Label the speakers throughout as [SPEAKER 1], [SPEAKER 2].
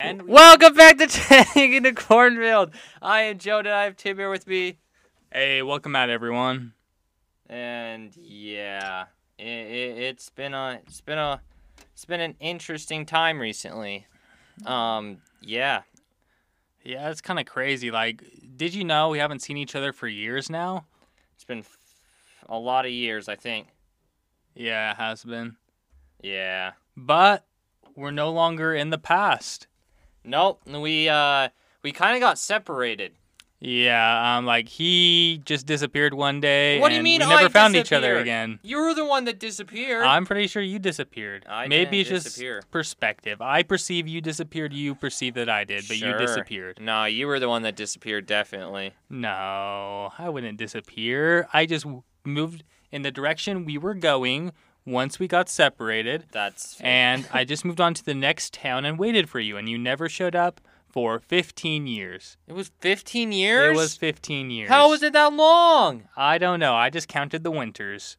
[SPEAKER 1] And we-
[SPEAKER 2] Welcome back to Chatting in the Cornfield. I am Joe, and I have Tim here with me.
[SPEAKER 1] hey, welcome out everyone.
[SPEAKER 2] And yeah, it, it, it's been a, it's been a, it's been an interesting time recently. Um, yeah,
[SPEAKER 1] Yeah, it's kind of crazy. Like, did you know we haven't seen each other for years now?
[SPEAKER 2] it's been f- a lot of years, I think.
[SPEAKER 1] Yeah, it has been.
[SPEAKER 2] Yeah.
[SPEAKER 1] But we're no longer in the past.
[SPEAKER 2] Nope. We uh, we kind of got separated.
[SPEAKER 1] Yeah, um, like he just disappeared one day.
[SPEAKER 2] What do you
[SPEAKER 1] and
[SPEAKER 2] mean
[SPEAKER 1] We never
[SPEAKER 2] I
[SPEAKER 1] found each other
[SPEAKER 2] disappeared?
[SPEAKER 1] again.
[SPEAKER 2] You were the one that disappeared.
[SPEAKER 1] I'm pretty sure you disappeared.
[SPEAKER 2] I
[SPEAKER 1] Maybe
[SPEAKER 2] didn't
[SPEAKER 1] it's just
[SPEAKER 2] disappear.
[SPEAKER 1] perspective. I perceive you disappeared. You perceive that I did, but you
[SPEAKER 2] Sure.
[SPEAKER 1] disappeared.
[SPEAKER 2] No, you were the one that disappeared. Definitely.
[SPEAKER 1] No, I wouldn't disappear. I just w- moved in the direction we were going once we got separated,
[SPEAKER 2] That's
[SPEAKER 1] and I just moved on to the next town and waited for you, and you never showed up for 15 years.
[SPEAKER 2] It was 15 years?
[SPEAKER 1] It was 15 years.
[SPEAKER 2] How was it that long?
[SPEAKER 1] I don't know. I just counted the winters.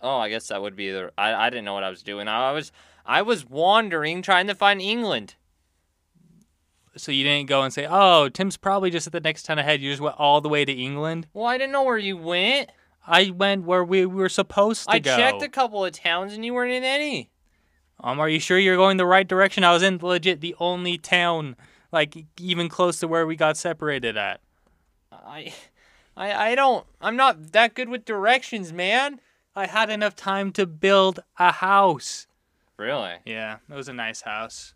[SPEAKER 2] Oh, I guess that would be the. I, I didn't know what I was doing. I was I was wandering trying to find England.
[SPEAKER 1] So you didn't go and say, "Oh, Tim's probably just at the next town ahead." You just went all the way to England.
[SPEAKER 2] Well, I didn't know where you went.
[SPEAKER 1] I went where we were supposed to
[SPEAKER 2] I
[SPEAKER 1] go.
[SPEAKER 2] checked a couple of towns and you weren't in any.
[SPEAKER 1] Um, are you sure you're going the right direction? I was in legit the only town, like even close to where we got separated at.
[SPEAKER 2] I I I don't I'm not that good with directions, man.
[SPEAKER 1] I had enough time to build a house.
[SPEAKER 2] Really?
[SPEAKER 1] Yeah, it was a nice house.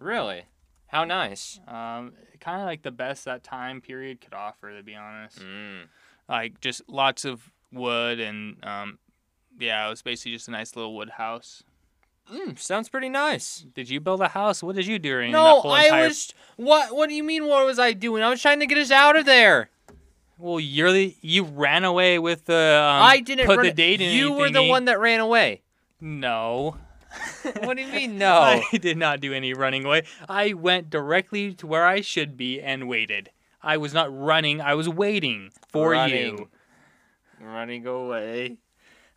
[SPEAKER 2] Really? How nice.
[SPEAKER 1] Um, kind of like the best that time period could offer, to be honest.
[SPEAKER 2] Mm.
[SPEAKER 1] Like just lots of wood and um, yeah, it was basically just a nice little wood house.
[SPEAKER 2] Mm, sounds pretty nice.
[SPEAKER 1] Did you build a house? What did you do during
[SPEAKER 2] No,
[SPEAKER 1] that whole
[SPEAKER 2] I
[SPEAKER 1] entire?
[SPEAKER 2] was what what do you mean what was I doing? I was trying to get us out of there.
[SPEAKER 1] Well, you're the you ran away with the. Um,
[SPEAKER 2] I didn't
[SPEAKER 1] put
[SPEAKER 2] run
[SPEAKER 1] the date in.
[SPEAKER 2] You
[SPEAKER 1] any
[SPEAKER 2] were the
[SPEAKER 1] thingy.
[SPEAKER 2] one that ran away.
[SPEAKER 1] No.
[SPEAKER 2] What do you mean no?
[SPEAKER 1] I did not do any running away. I went directly to where I should be and waited. I was not running, I was waiting for
[SPEAKER 2] Running.
[SPEAKER 1] you.
[SPEAKER 2] running away.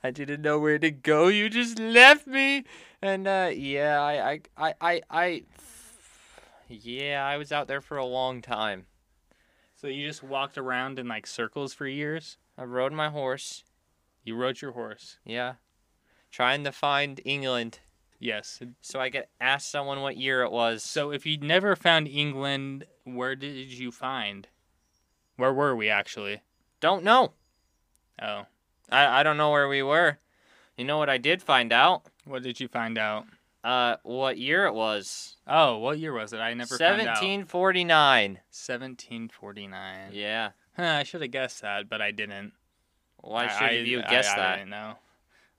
[SPEAKER 2] I didn't know where to go. You just left me. And uh, yeah, I, I, I, I, I, yeah, I was out there for a long time.
[SPEAKER 1] So you just walked around in like circles for years?
[SPEAKER 2] I rode my horse.
[SPEAKER 1] You rode your horse.
[SPEAKER 2] Yeah, trying to find England
[SPEAKER 1] Yes.
[SPEAKER 2] so I could ask someone what year it was.
[SPEAKER 1] So if you never found England, where did you find? Where were we actually?
[SPEAKER 2] don't know.
[SPEAKER 1] Oh.
[SPEAKER 2] I, I don't know where we were. You know what I did find out?
[SPEAKER 1] What did you find out?
[SPEAKER 2] Uh, what year it was?
[SPEAKER 1] Oh, what year was it? I never found out.
[SPEAKER 2] 1749.
[SPEAKER 1] 1749.
[SPEAKER 2] Yeah.
[SPEAKER 1] Huh, I should have guessed that, but I didn't.
[SPEAKER 2] Why
[SPEAKER 1] I-
[SPEAKER 2] should
[SPEAKER 1] I-
[SPEAKER 2] you
[SPEAKER 1] I-
[SPEAKER 2] guess
[SPEAKER 1] I,
[SPEAKER 2] that?
[SPEAKER 1] didn't know.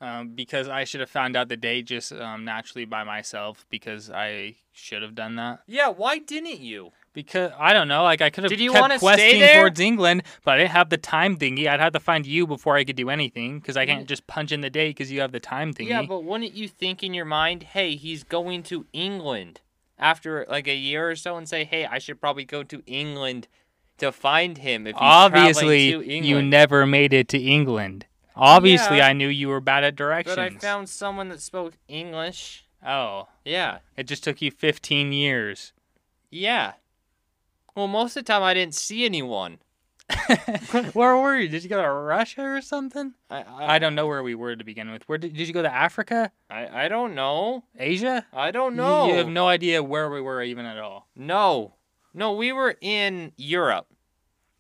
[SPEAKER 1] Um, because I should have found out the date just um, naturally by myself because I should have done that.
[SPEAKER 2] Yeah. Why didn't you?
[SPEAKER 1] Because I don't know, like I could have
[SPEAKER 2] Did you wanna
[SPEAKER 1] kept
[SPEAKER 2] stay
[SPEAKER 1] questing
[SPEAKER 2] there?
[SPEAKER 1] towards England, but I didn't have the time thingy. I'd have to find you before I could do anything because I can't just punch in the date because you have the time thingy.
[SPEAKER 2] Mm. Yeah, but wouldn't you think in your mind, hey, he's going to England after like a year or so and say, hey, I should probably go to England to find him if he's traveling
[SPEAKER 1] Obviously,
[SPEAKER 2] to England.
[SPEAKER 1] you never made it to England. Obviously,
[SPEAKER 2] Yeah.
[SPEAKER 1] I knew you were bad at directions.
[SPEAKER 2] But I found someone that spoke English.
[SPEAKER 1] oh,
[SPEAKER 2] Yeah.
[SPEAKER 1] it just took you 15 years.
[SPEAKER 2] Yeah. Well, most of the time I didn't see anyone.
[SPEAKER 1] Where were you? Did you go to Russia or something?
[SPEAKER 2] I I,
[SPEAKER 1] I don't know where we were to begin with. Where did, did you go to Africa?
[SPEAKER 2] I, I don't know.
[SPEAKER 1] Asia?
[SPEAKER 2] I don't
[SPEAKER 1] You-
[SPEAKER 2] know.
[SPEAKER 1] You have no idea where we were even at all.
[SPEAKER 2] no. No, we were in Europe.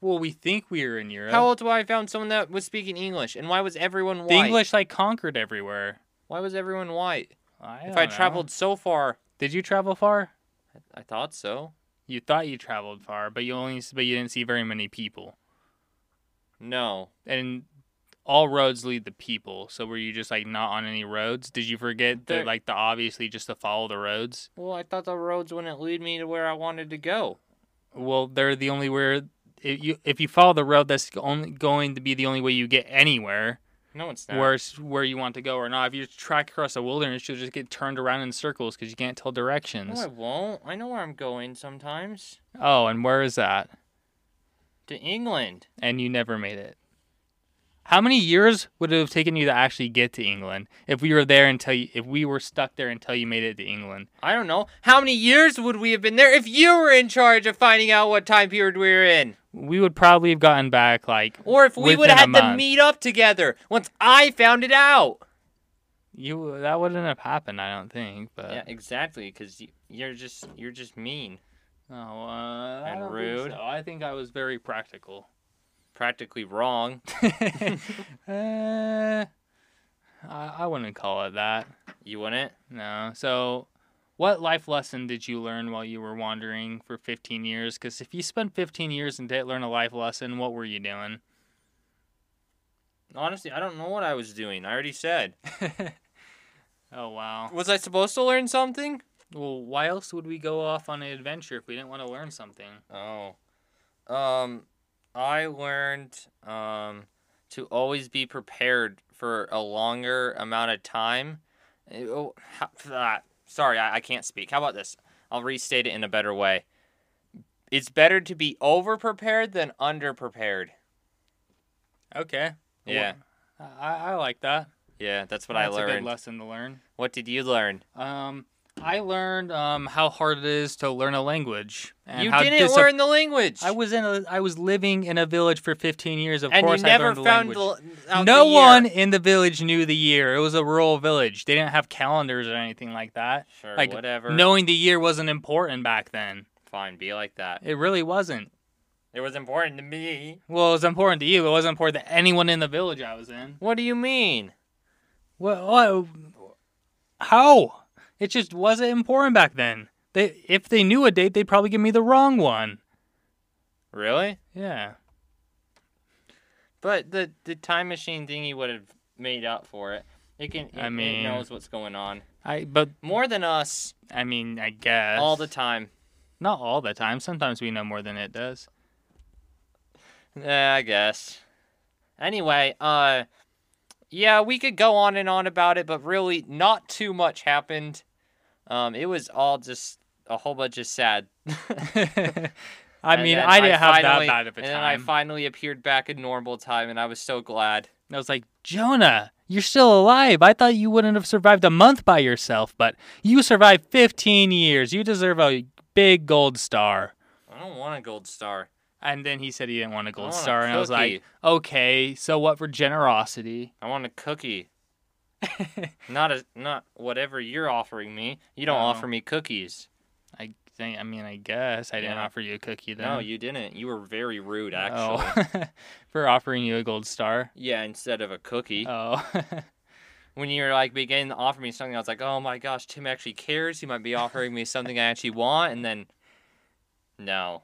[SPEAKER 1] Well, we think we were in Europe.
[SPEAKER 2] How else why I found someone that was speaking English? And why was everyone
[SPEAKER 1] the
[SPEAKER 2] white?
[SPEAKER 1] English like conquered everywhere.
[SPEAKER 2] Why was everyone white?
[SPEAKER 1] I
[SPEAKER 2] If
[SPEAKER 1] don't
[SPEAKER 2] I
[SPEAKER 1] know.
[SPEAKER 2] traveled so far,
[SPEAKER 1] Did you travel far?
[SPEAKER 2] I thought so.
[SPEAKER 1] You thought you traveled far, but you only s- but you didn't see very many people.
[SPEAKER 2] No.
[SPEAKER 1] And all roads lead to people. So were you just like not on any roads? Did you forget
[SPEAKER 2] There-
[SPEAKER 1] that like the obviously just to follow the roads?
[SPEAKER 2] Well, I thought the roads wouldn't lead me to where I wanted to go.
[SPEAKER 1] Well, they're the only where if you if you follow the road, that's only going to be the only way you get anywhere.
[SPEAKER 2] No, it's not.
[SPEAKER 1] where it's where you want to go or not. If you track across a wilderness, you'll just get turned around in circles because you can't tell
[SPEAKER 2] No,
[SPEAKER 1] directions.
[SPEAKER 2] I won't. I know where I'm going sometimes.
[SPEAKER 1] Oh, and where is that?
[SPEAKER 2] To England.
[SPEAKER 1] And you never made it. How many years would it have taken you to actually get to England if we were there until you, if we were stuck there until you made it to England?
[SPEAKER 2] I don't know. How many years would we have been there if you were in charge of finding out what time period we were in?
[SPEAKER 1] We would probably have gotten back like
[SPEAKER 2] Or if we would
[SPEAKER 1] Within a
[SPEAKER 2] have had to
[SPEAKER 1] month.
[SPEAKER 2] meet up together once I found it out.
[SPEAKER 1] you. That wouldn't have happened, I don't think. But
[SPEAKER 2] Yeah, exactly. Because you're just you're just mean.
[SPEAKER 1] oh, uh, I
[SPEAKER 2] And
[SPEAKER 1] don't think
[SPEAKER 2] rude.
[SPEAKER 1] so. I think I was very practical.
[SPEAKER 2] Practically wrong.
[SPEAKER 1] uh, I, I wouldn't call it that.
[SPEAKER 2] You wouldn't.
[SPEAKER 1] No. So, what life lesson did you learn while you were wandering for 15 years? Because if you spent 15 years and didn't learn a life lesson, what were you doing?
[SPEAKER 2] Honestly, I don't know what I was doing. I already said.
[SPEAKER 1] oh, wow.
[SPEAKER 2] Was I supposed to learn something?
[SPEAKER 1] Well, why else would we go off on an adventure if we didn't want to learn something?
[SPEAKER 2] Oh. Um, I learned um to always be prepared for a longer amount of time. Eh, Oh, ha- ah, sorry, I, I can't speak. How about this? I'll restate it in a better way. It's better to be over prepared than under prepared.
[SPEAKER 1] Okay.
[SPEAKER 2] Yeah,
[SPEAKER 1] I, I like that.
[SPEAKER 2] yeah, that's what
[SPEAKER 1] That's
[SPEAKER 2] I
[SPEAKER 1] a good
[SPEAKER 2] learned.
[SPEAKER 1] lesson to learn.
[SPEAKER 2] What did you learn?
[SPEAKER 1] Um, I learned um, how hard it is to learn a language. And
[SPEAKER 2] you
[SPEAKER 1] how
[SPEAKER 2] didn't
[SPEAKER 1] disap-
[SPEAKER 2] learn the language.
[SPEAKER 1] I was in a, I was living in a village for 15 years. Of
[SPEAKER 2] and
[SPEAKER 1] course,
[SPEAKER 2] you never
[SPEAKER 1] I learned the
[SPEAKER 2] found
[SPEAKER 1] language.
[SPEAKER 2] the- out
[SPEAKER 1] no
[SPEAKER 2] the year.
[SPEAKER 1] one in the village knew the year. It was a rural village. They didn't have calendars or anything like that.
[SPEAKER 2] Sure,
[SPEAKER 1] like,
[SPEAKER 2] whatever.
[SPEAKER 1] Knowing the year wasn't important back then.
[SPEAKER 2] fine. Be like that.
[SPEAKER 1] It really wasn't.
[SPEAKER 2] It was important to me.
[SPEAKER 1] Well, it was important to you. It wasn't important to anyone in the village I was in.
[SPEAKER 2] What do you mean?
[SPEAKER 1] Well, what, how? It just wasn't important back then. They, if they knew a date, they'd probably give me the wrong one.
[SPEAKER 2] Really?
[SPEAKER 1] Yeah.
[SPEAKER 2] But the the time machine thingy would have made up for it. It can. It,
[SPEAKER 1] I
[SPEAKER 2] it
[SPEAKER 1] mean-
[SPEAKER 2] knows what's going on
[SPEAKER 1] I but
[SPEAKER 2] more than us
[SPEAKER 1] I mean I guess
[SPEAKER 2] all the time.
[SPEAKER 1] not all the time. Sometimes we know more than it does.
[SPEAKER 2] Yeah, I guess. Anyway, uh, yeah, we could go on and on about it, but really, not too much happened. Um, it was all just a whole bunch of sad.
[SPEAKER 1] I
[SPEAKER 2] And
[SPEAKER 1] mean,
[SPEAKER 2] then
[SPEAKER 1] I didn't have
[SPEAKER 2] finally-
[SPEAKER 1] that bad of a time.
[SPEAKER 2] and then I finally appeared back in normal time, and I was so glad.
[SPEAKER 1] And I was like, Jonah, you're still alive. I thought you wouldn't have survived a month by yourself, but you survived 15 years. You deserve a big gold star.
[SPEAKER 2] I don't want a gold star.
[SPEAKER 1] And then he said he didn't want a gold
[SPEAKER 2] want a
[SPEAKER 1] star. and I was like,
[SPEAKER 2] cookie.
[SPEAKER 1] okay, so what for generosity?
[SPEAKER 2] I want a cookie. not a not whatever you're offering me. You don't
[SPEAKER 1] Oh.
[SPEAKER 2] offer me cookies.
[SPEAKER 1] I think, I mean, I guess I didn't
[SPEAKER 2] Yeah.
[SPEAKER 1] offer you a cookie then.
[SPEAKER 2] No, you didn't. You were very rude, actually.
[SPEAKER 1] Oh, for offering you a gold star.
[SPEAKER 2] Yeah, instead of a cookie.
[SPEAKER 1] Oh,
[SPEAKER 2] when you were like beginning to offer me something, I was like, oh my gosh, Tim actually cares. He might be offering me something I actually want. And then, no,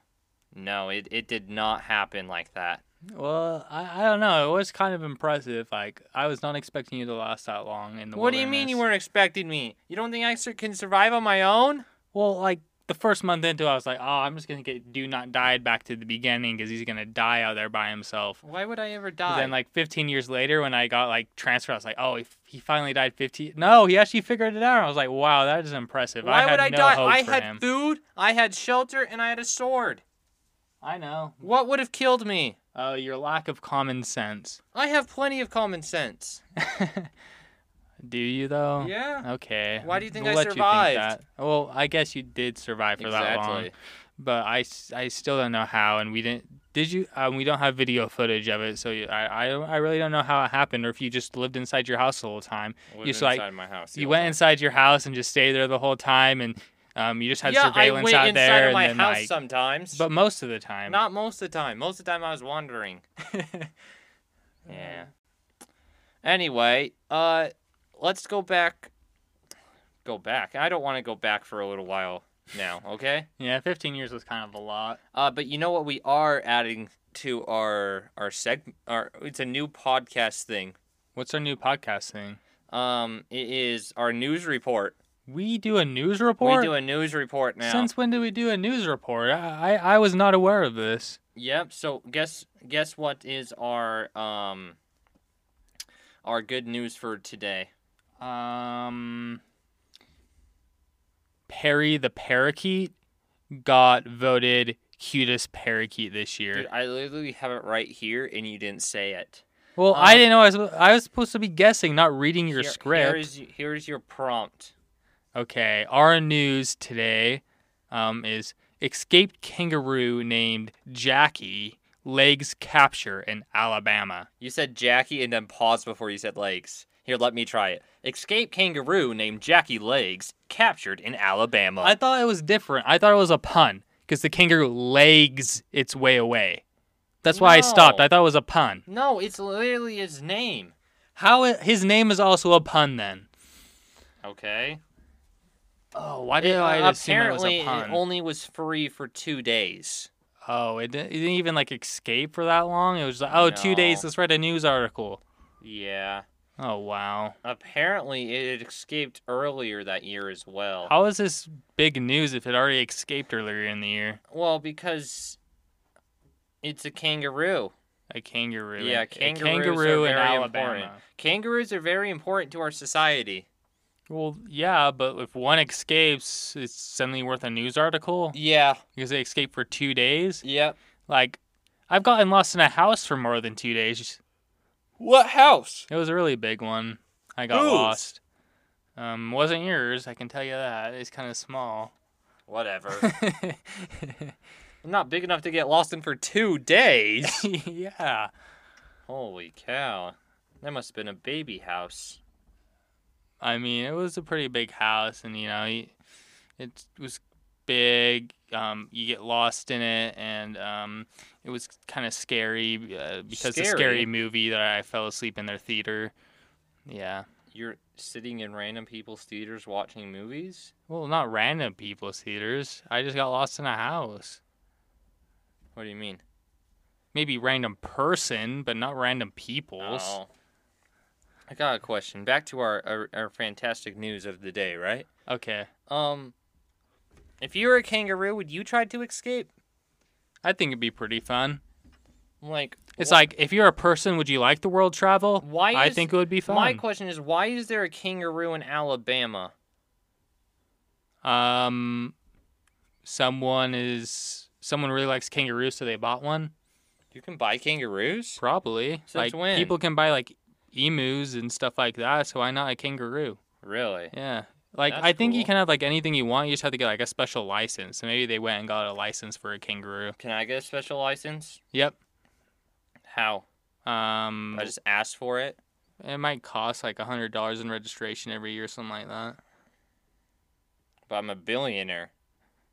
[SPEAKER 2] no, it, it did not happen like that.
[SPEAKER 1] well, I, I don't know. It was kind of impressive. Like, I was not expecting you to last that long in the
[SPEAKER 2] What do you mean you
[SPEAKER 1] wilderness.
[SPEAKER 2] weren't expecting me? You don't think I sur- can survive on my own?
[SPEAKER 1] Well, like the first month into, it, I was like, oh, I'm just gonna get do not died back to the beginning because he's gonna die out there by himself.
[SPEAKER 2] Why would I ever
[SPEAKER 1] But
[SPEAKER 2] die?
[SPEAKER 1] Then, like 15 years later, when I got like transferred, I was like, oh, he, he finally died 15. No, he actually figured it out. I was like, wow, that is impressive.
[SPEAKER 2] Why
[SPEAKER 1] I had
[SPEAKER 2] would I
[SPEAKER 1] no
[SPEAKER 2] die?
[SPEAKER 1] hope
[SPEAKER 2] I
[SPEAKER 1] for
[SPEAKER 2] had
[SPEAKER 1] him.
[SPEAKER 2] food, I had shelter, and I had a sword.
[SPEAKER 1] I know.
[SPEAKER 2] What would have killed me?
[SPEAKER 1] Oh, your lack of common sense.
[SPEAKER 2] I have plenty of common sense.
[SPEAKER 1] Do you though?
[SPEAKER 2] Yeah.
[SPEAKER 1] Okay.
[SPEAKER 2] Why do you think
[SPEAKER 1] We'll
[SPEAKER 2] I
[SPEAKER 1] let you think
[SPEAKER 2] survived?
[SPEAKER 1] that. Well, I guess you did survive for that long.
[SPEAKER 2] Exactly.
[SPEAKER 1] but I, s- I still don't know how and we didn't did you um, we don't have video footage of it so you, I, I don't- I really don't know how it happened or if you just lived inside your house the whole time
[SPEAKER 2] Lived
[SPEAKER 1] You just, like-
[SPEAKER 2] inside my house. the
[SPEAKER 1] you
[SPEAKER 2] whole
[SPEAKER 1] went
[SPEAKER 2] time.
[SPEAKER 1] inside your house and just stayed there the whole time and um, you just had
[SPEAKER 2] yeah, I
[SPEAKER 1] surveillance
[SPEAKER 2] went
[SPEAKER 1] out
[SPEAKER 2] inside
[SPEAKER 1] there
[SPEAKER 2] of my
[SPEAKER 1] and then
[SPEAKER 2] house
[SPEAKER 1] like
[SPEAKER 2] sometimes.
[SPEAKER 1] but most of the time
[SPEAKER 2] not most of the time. Most of the time I was wandering. Yeah. Anyway, uh let's go back go back. I don't want to go back for a little while now, okay?
[SPEAKER 1] yeah 15 years was kind of a lot
[SPEAKER 2] Uh but you know what we are adding to our our seg our it's a new podcast thing.
[SPEAKER 1] what's our new podcast thing
[SPEAKER 2] Um it is our news report.
[SPEAKER 1] we do a news report
[SPEAKER 2] We do a news report now.
[SPEAKER 1] since when do we do a news report I, I, I was not aware of this
[SPEAKER 2] Yep. So guess guess what is our um our good news for today?
[SPEAKER 1] Um, Perry the parakeet got voted cutest parakeet this year.
[SPEAKER 2] Dude, I literally have it right here, and you didn't say it.
[SPEAKER 1] Well,
[SPEAKER 2] Um,
[SPEAKER 1] I didn't know I was I was supposed to be guessing, not reading your
[SPEAKER 2] Here-
[SPEAKER 1] script.
[SPEAKER 2] Here's, here's your prompt.
[SPEAKER 1] Okay, our news today um, is escaped kangaroo named Jackie legs capture in Alabama.
[SPEAKER 2] You said Jackie and then paused before you said legs. Here, let me try it. Escape kangaroo named Jackie Legs captured in Alabama.
[SPEAKER 1] I thought it was different. I thought it was a pun because the kangaroo legs its way away. That's why I stopped.
[SPEAKER 2] No.
[SPEAKER 1] I thought it was a pun.
[SPEAKER 2] no, it's literally his name.
[SPEAKER 1] How i- his name is also a pun then?
[SPEAKER 2] Okay.
[SPEAKER 1] Oh, why did I assume it was
[SPEAKER 2] apparently,
[SPEAKER 1] a pun?
[SPEAKER 2] only was free for two days.
[SPEAKER 1] oh, it didn't, it didn't even like escape for that long. It was like, oh, two days.
[SPEAKER 2] No.
[SPEAKER 1] Let's write a news article.
[SPEAKER 2] Yeah.
[SPEAKER 1] Oh wow.
[SPEAKER 2] Apparently, it had escaped earlier that year as well.
[SPEAKER 1] How is this big news if it already escaped earlier in the year?
[SPEAKER 2] Well, because it's a kangaroo.
[SPEAKER 1] A kangaroo.
[SPEAKER 2] Yeah,
[SPEAKER 1] in-
[SPEAKER 2] kangaroos
[SPEAKER 1] a kangaroo
[SPEAKER 2] are
[SPEAKER 1] in
[SPEAKER 2] very
[SPEAKER 1] Alabama.
[SPEAKER 2] important. Kangaroos are very important to our society.
[SPEAKER 1] Well, yeah, but if one escapes, it's suddenly worth a news article
[SPEAKER 2] Yeah.
[SPEAKER 1] because they escaped for two days.
[SPEAKER 2] Yep.
[SPEAKER 1] Like, I've gotten lost in a house for more than two days.
[SPEAKER 2] What house?
[SPEAKER 1] It was a really big one. I got
[SPEAKER 2] Whose?
[SPEAKER 1] lost. Um, wasn't yours. I can tell you that. It's kind of small.
[SPEAKER 2] Whatever. I'm not big enough to get lost in for two days.
[SPEAKER 1] yeah.
[SPEAKER 2] Holy cow. That must have been a baby house.
[SPEAKER 1] I mean, it was a pretty big house, and you know, y- it was big. Um, you get lost in it, and um, it was kind of scary uh, because the
[SPEAKER 2] Scary?
[SPEAKER 1] scary movie that I fell asleep in their theater. Yeah,
[SPEAKER 2] You're sitting in random people's theaters watching movies?
[SPEAKER 1] well, not random people's theaters. I just got lost in a house.
[SPEAKER 2] What do you mean?
[SPEAKER 1] Maybe random person, but not random people's.
[SPEAKER 2] Oh. I got a question. Back to our, our, our fantastic news of the day, right?
[SPEAKER 1] Okay,
[SPEAKER 2] Um, if you were a kangaroo, would you try to escape?
[SPEAKER 1] I think it'd be pretty fun.
[SPEAKER 2] Like,
[SPEAKER 1] It's
[SPEAKER 2] wh-
[SPEAKER 1] like if you're a person, would you like the world travel?
[SPEAKER 2] Why
[SPEAKER 1] I
[SPEAKER 2] is-
[SPEAKER 1] think it would be fun.
[SPEAKER 2] my question is, why is there a kangaroo in Alabama?
[SPEAKER 1] Um, someone is someone really likes kangaroos, so they bought one.
[SPEAKER 2] You can buy kangaroos.
[SPEAKER 1] Probably
[SPEAKER 2] Since
[SPEAKER 1] like
[SPEAKER 2] when?
[SPEAKER 1] people can buy like emus and stuff like that. So why not a kangaroo?
[SPEAKER 2] Really?
[SPEAKER 1] Yeah, like
[SPEAKER 2] That's
[SPEAKER 1] I think you
[SPEAKER 2] cool.
[SPEAKER 1] can have like anything you want. You just have to get like a special license. So maybe they went and got a license for a kangaroo.
[SPEAKER 2] Can I get a special license?
[SPEAKER 1] Yep.
[SPEAKER 2] How?
[SPEAKER 1] Um,
[SPEAKER 2] I just asked for it.
[SPEAKER 1] it might cost like a hundred dollars in registration every year, something like that.
[SPEAKER 2] But I'm a billionaire.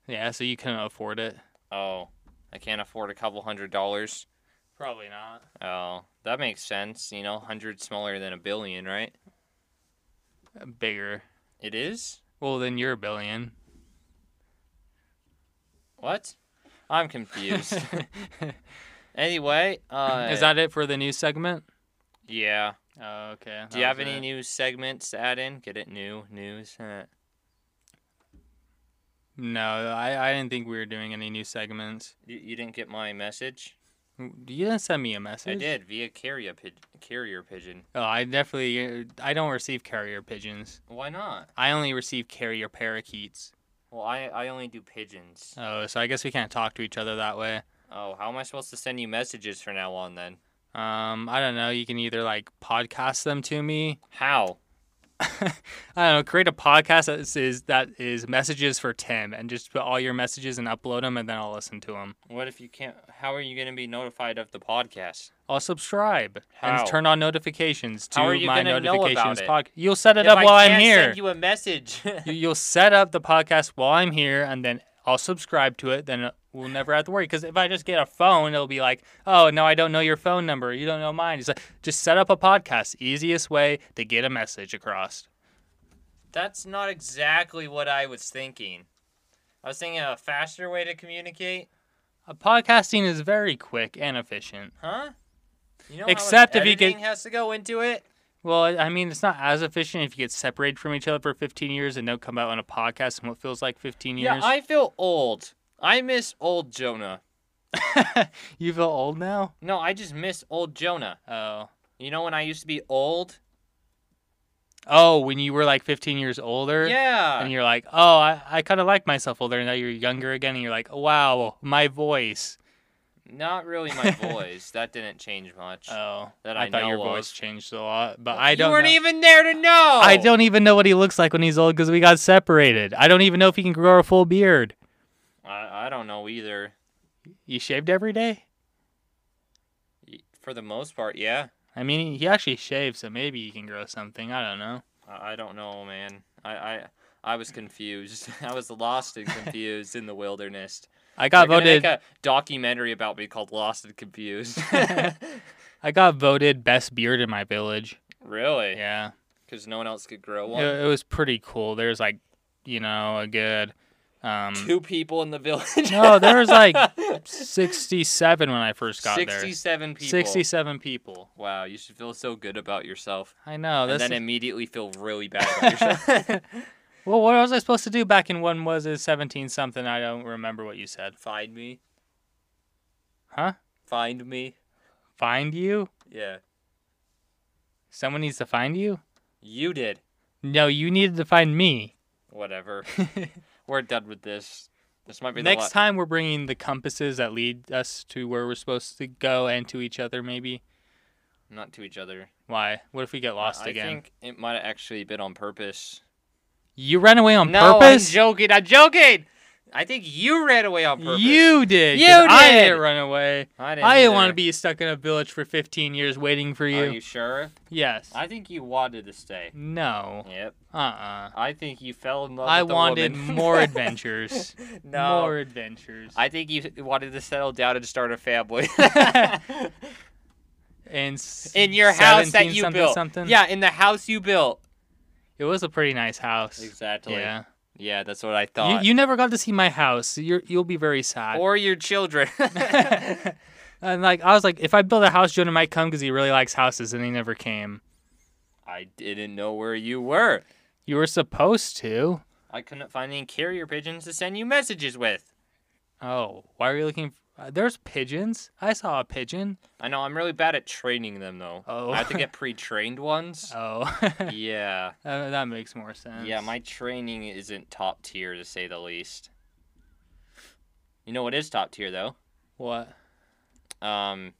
[SPEAKER 1] Yeah, so you couldn't afford it.
[SPEAKER 2] Oh, I can't afford a couple hundred dollars.
[SPEAKER 1] Probably not.
[SPEAKER 2] Oh, that makes sense. You know, hundred smaller than a billion, right?
[SPEAKER 1] Bigger.
[SPEAKER 2] It is.
[SPEAKER 1] Well, then you're a billion.
[SPEAKER 2] What? I'm confused. anyway, uh,
[SPEAKER 1] Is that it for the new segment?
[SPEAKER 2] yeah?
[SPEAKER 1] Oh, okay.
[SPEAKER 2] Do you have any new segments to add in? Get it new news. huh?
[SPEAKER 1] No, I, I didn't think we were doing any new segments.
[SPEAKER 2] You, you didn't get my message.
[SPEAKER 1] You didn't send me a message.
[SPEAKER 2] I did via carrier pig- carrier pigeon.
[SPEAKER 1] Oh, I definitely. I don't receive carrier pigeons.
[SPEAKER 2] Why not?
[SPEAKER 1] I only receive carrier parakeets.
[SPEAKER 2] Well, I I only do pigeons.
[SPEAKER 1] Oh, so I guess we can't talk to each other that way.
[SPEAKER 2] Oh, how am I supposed to send you messages from now on then?
[SPEAKER 1] Um, I don't know. You can either like podcast them to me.
[SPEAKER 2] How?
[SPEAKER 1] I don't know. Create a podcast that is- is that is messages for Tim, and just put all your messages and upload them, and then I'll listen to them.
[SPEAKER 2] What if you can't? How are you gonna be notified of the podcast?
[SPEAKER 1] I'll subscribe
[SPEAKER 2] How?
[SPEAKER 1] and turn on notifications to
[SPEAKER 2] How are you
[SPEAKER 1] my
[SPEAKER 2] gonna know about
[SPEAKER 1] notifications
[SPEAKER 2] it?
[SPEAKER 1] podcast. You'll set it
[SPEAKER 2] if
[SPEAKER 1] up while
[SPEAKER 2] I
[SPEAKER 1] I'm
[SPEAKER 2] can't
[SPEAKER 1] here.
[SPEAKER 2] send you a message.
[SPEAKER 1] you, you'll set up the podcast while I'm here, and then I'll subscribe to it. Then we'll never have to worry. Because if I just get a phone, it'll be like, oh no, I don't know your phone number. You don't know mine. It's like just set up a podcast. Easiest way to get a message across.
[SPEAKER 2] That's not exactly what I was thinking. I was thinking of a faster way to communicate,
[SPEAKER 1] Uh, podcasting is very quick and efficient.
[SPEAKER 2] huh? You know
[SPEAKER 1] Except
[SPEAKER 2] how
[SPEAKER 1] if
[SPEAKER 2] much
[SPEAKER 1] you get-
[SPEAKER 2] everything has to go into it.
[SPEAKER 1] Well, I I mean, it's not as efficient if you get separated from each other for 15 years and don't come out on a podcast in what feels like 15
[SPEAKER 2] Yeah,
[SPEAKER 1] years.
[SPEAKER 2] I feel old. I miss old Jonah.
[SPEAKER 1] you feel old now?
[SPEAKER 2] No, I just miss old Jonah.
[SPEAKER 1] Oh.
[SPEAKER 2] You know when I used to be old?
[SPEAKER 1] Oh, when you were like 15 years older? and
[SPEAKER 2] Yeah.
[SPEAKER 1] you're like, oh, I, I kind of like myself older. And now you're younger again, and you're like, wow, my voice.
[SPEAKER 2] Not really my voice. that didn't change much.
[SPEAKER 1] Oh,
[SPEAKER 2] That
[SPEAKER 1] I,
[SPEAKER 2] I
[SPEAKER 1] thought your
[SPEAKER 2] know
[SPEAKER 1] voice
[SPEAKER 2] of.
[SPEAKER 1] changed a lot, but I
[SPEAKER 2] You
[SPEAKER 1] don't.
[SPEAKER 2] weren't
[SPEAKER 1] know.
[SPEAKER 2] even there to know.
[SPEAKER 1] I don't even know what he looks like when he's old because we got separated. I don't even know if he can grow a full beard.
[SPEAKER 2] I, I don't know either.
[SPEAKER 1] You shaved every day?
[SPEAKER 2] Y- For the most part, yeah.
[SPEAKER 1] I mean, he actually shaved, so maybe he can grow something. I don't know.
[SPEAKER 2] I, I don't know, man. I, I I was confused. I was lost and confused in the wilderness.
[SPEAKER 1] I got
[SPEAKER 2] They're gonna
[SPEAKER 1] voted.
[SPEAKER 2] Make a documentary about me called Lost and Confused.
[SPEAKER 1] I got voted best beard in my village.
[SPEAKER 2] really?
[SPEAKER 1] Yeah,
[SPEAKER 2] Because no one else could grow one.
[SPEAKER 1] it, it was pretty cool. There's like, you know, a good. Um,
[SPEAKER 2] Two people in the village.
[SPEAKER 1] no, there was like 67 when I first got there.
[SPEAKER 2] sixty-seven people.
[SPEAKER 1] 67 people.
[SPEAKER 2] Wow, you should feel so good about yourself,
[SPEAKER 1] I know.
[SPEAKER 2] and
[SPEAKER 1] Oh, This
[SPEAKER 2] then
[SPEAKER 1] is-
[SPEAKER 2] immediately feel really bad about yourself.
[SPEAKER 1] well, what was I supposed to do back in when was it 17 something? I don't remember what you said.
[SPEAKER 2] Find me.
[SPEAKER 1] Huh?
[SPEAKER 2] Find me.
[SPEAKER 1] Find you?
[SPEAKER 2] Yeah.
[SPEAKER 1] Someone needs to find you?
[SPEAKER 2] You did.
[SPEAKER 1] No, you needed to find me.
[SPEAKER 2] Whatever. We're done with this. This might be
[SPEAKER 1] Next
[SPEAKER 2] the
[SPEAKER 1] time we're bringing the compasses that lead us to where we're supposed to go and to each other maybe.
[SPEAKER 2] time. Not to each other.
[SPEAKER 1] Why? What if we get lost
[SPEAKER 2] I
[SPEAKER 1] again?
[SPEAKER 2] think it might have actually been on purpose.
[SPEAKER 1] You ran away on
[SPEAKER 2] no,
[SPEAKER 1] purpose?
[SPEAKER 2] I'm joking. I'm joking. I think you ran away on purpose.
[SPEAKER 1] You did. 'cause
[SPEAKER 2] You
[SPEAKER 1] I
[SPEAKER 2] did.
[SPEAKER 1] didn't run away.
[SPEAKER 2] I didn't,
[SPEAKER 1] I didn't want to
[SPEAKER 2] either.
[SPEAKER 1] be stuck in a village for 15 years waiting for you.
[SPEAKER 2] Are you sure?
[SPEAKER 1] Yes.
[SPEAKER 2] I think you wanted to stay.
[SPEAKER 1] no.
[SPEAKER 2] Yep.
[SPEAKER 1] Uh-uh.
[SPEAKER 2] I think you fell in love.
[SPEAKER 1] I
[SPEAKER 2] with a
[SPEAKER 1] wanted
[SPEAKER 2] woman.
[SPEAKER 1] more adventures.
[SPEAKER 2] no.
[SPEAKER 1] More adventures.
[SPEAKER 2] I think you wanted to settle down and start a family.
[SPEAKER 1] and s-
[SPEAKER 2] in your house that
[SPEAKER 1] 17
[SPEAKER 2] you
[SPEAKER 1] something,
[SPEAKER 2] built.
[SPEAKER 1] Something.
[SPEAKER 2] Yeah, in the house you built.
[SPEAKER 1] It was a pretty nice house.
[SPEAKER 2] Exactly. Yeah.
[SPEAKER 1] Yeah.
[SPEAKER 2] that's what I
[SPEAKER 1] You,
[SPEAKER 2] thought.
[SPEAKER 1] you never got to see my house. You're, you'll be very sad.
[SPEAKER 2] or your children.
[SPEAKER 1] and like I was like, if I build a house, Jonah might come because he really likes houses, and he never came.
[SPEAKER 2] I didn't know where you were.
[SPEAKER 1] You were supposed to.
[SPEAKER 2] I couldn't find any carrier pigeons to send you messages with.
[SPEAKER 1] Oh, why are you looking? f- uh, there's pigeons. I saw a pigeon.
[SPEAKER 2] I know I'm really bad at training them though.
[SPEAKER 1] Oh.
[SPEAKER 2] I have to get pre-trained ones.
[SPEAKER 1] Oh, that,
[SPEAKER 2] yeah.
[SPEAKER 1] that makes more sense.
[SPEAKER 2] Yeah, my training isn't top tier to say the least. You know what is top tier though?
[SPEAKER 1] what?
[SPEAKER 2] Um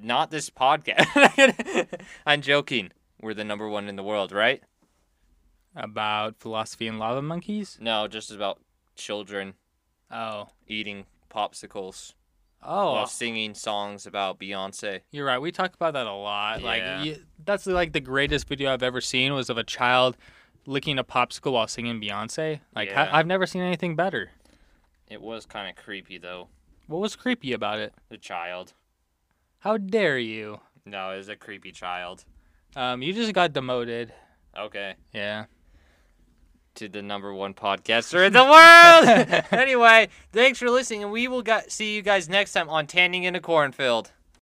[SPEAKER 2] not this podcast. I'm joking. We're the number one in the world, right?
[SPEAKER 1] About philosophy and lava monkeys?
[SPEAKER 2] No, just about children
[SPEAKER 1] Oh.
[SPEAKER 2] eating popsicles
[SPEAKER 1] Oh,
[SPEAKER 2] while singing songs about Beyonce.
[SPEAKER 1] you're right. We talk about that a lot. Like
[SPEAKER 2] Yeah.
[SPEAKER 1] y that's like the greatest video I've ever seen was of a child licking a popsicle while singing Beyonce. Like
[SPEAKER 2] Yeah.
[SPEAKER 1] I- I've never seen anything better.
[SPEAKER 2] It was kind of creepy though.
[SPEAKER 1] What was creepy about it?
[SPEAKER 2] The child.
[SPEAKER 1] How dare you?
[SPEAKER 2] No, it was a creepy child.
[SPEAKER 1] Um, you just got demoted.
[SPEAKER 2] Okay.
[SPEAKER 1] Yeah.
[SPEAKER 2] to the number one podcaster in the world. anyway, thanks for listening, and we will gu see you guys next time on Tanning in a Cornfield.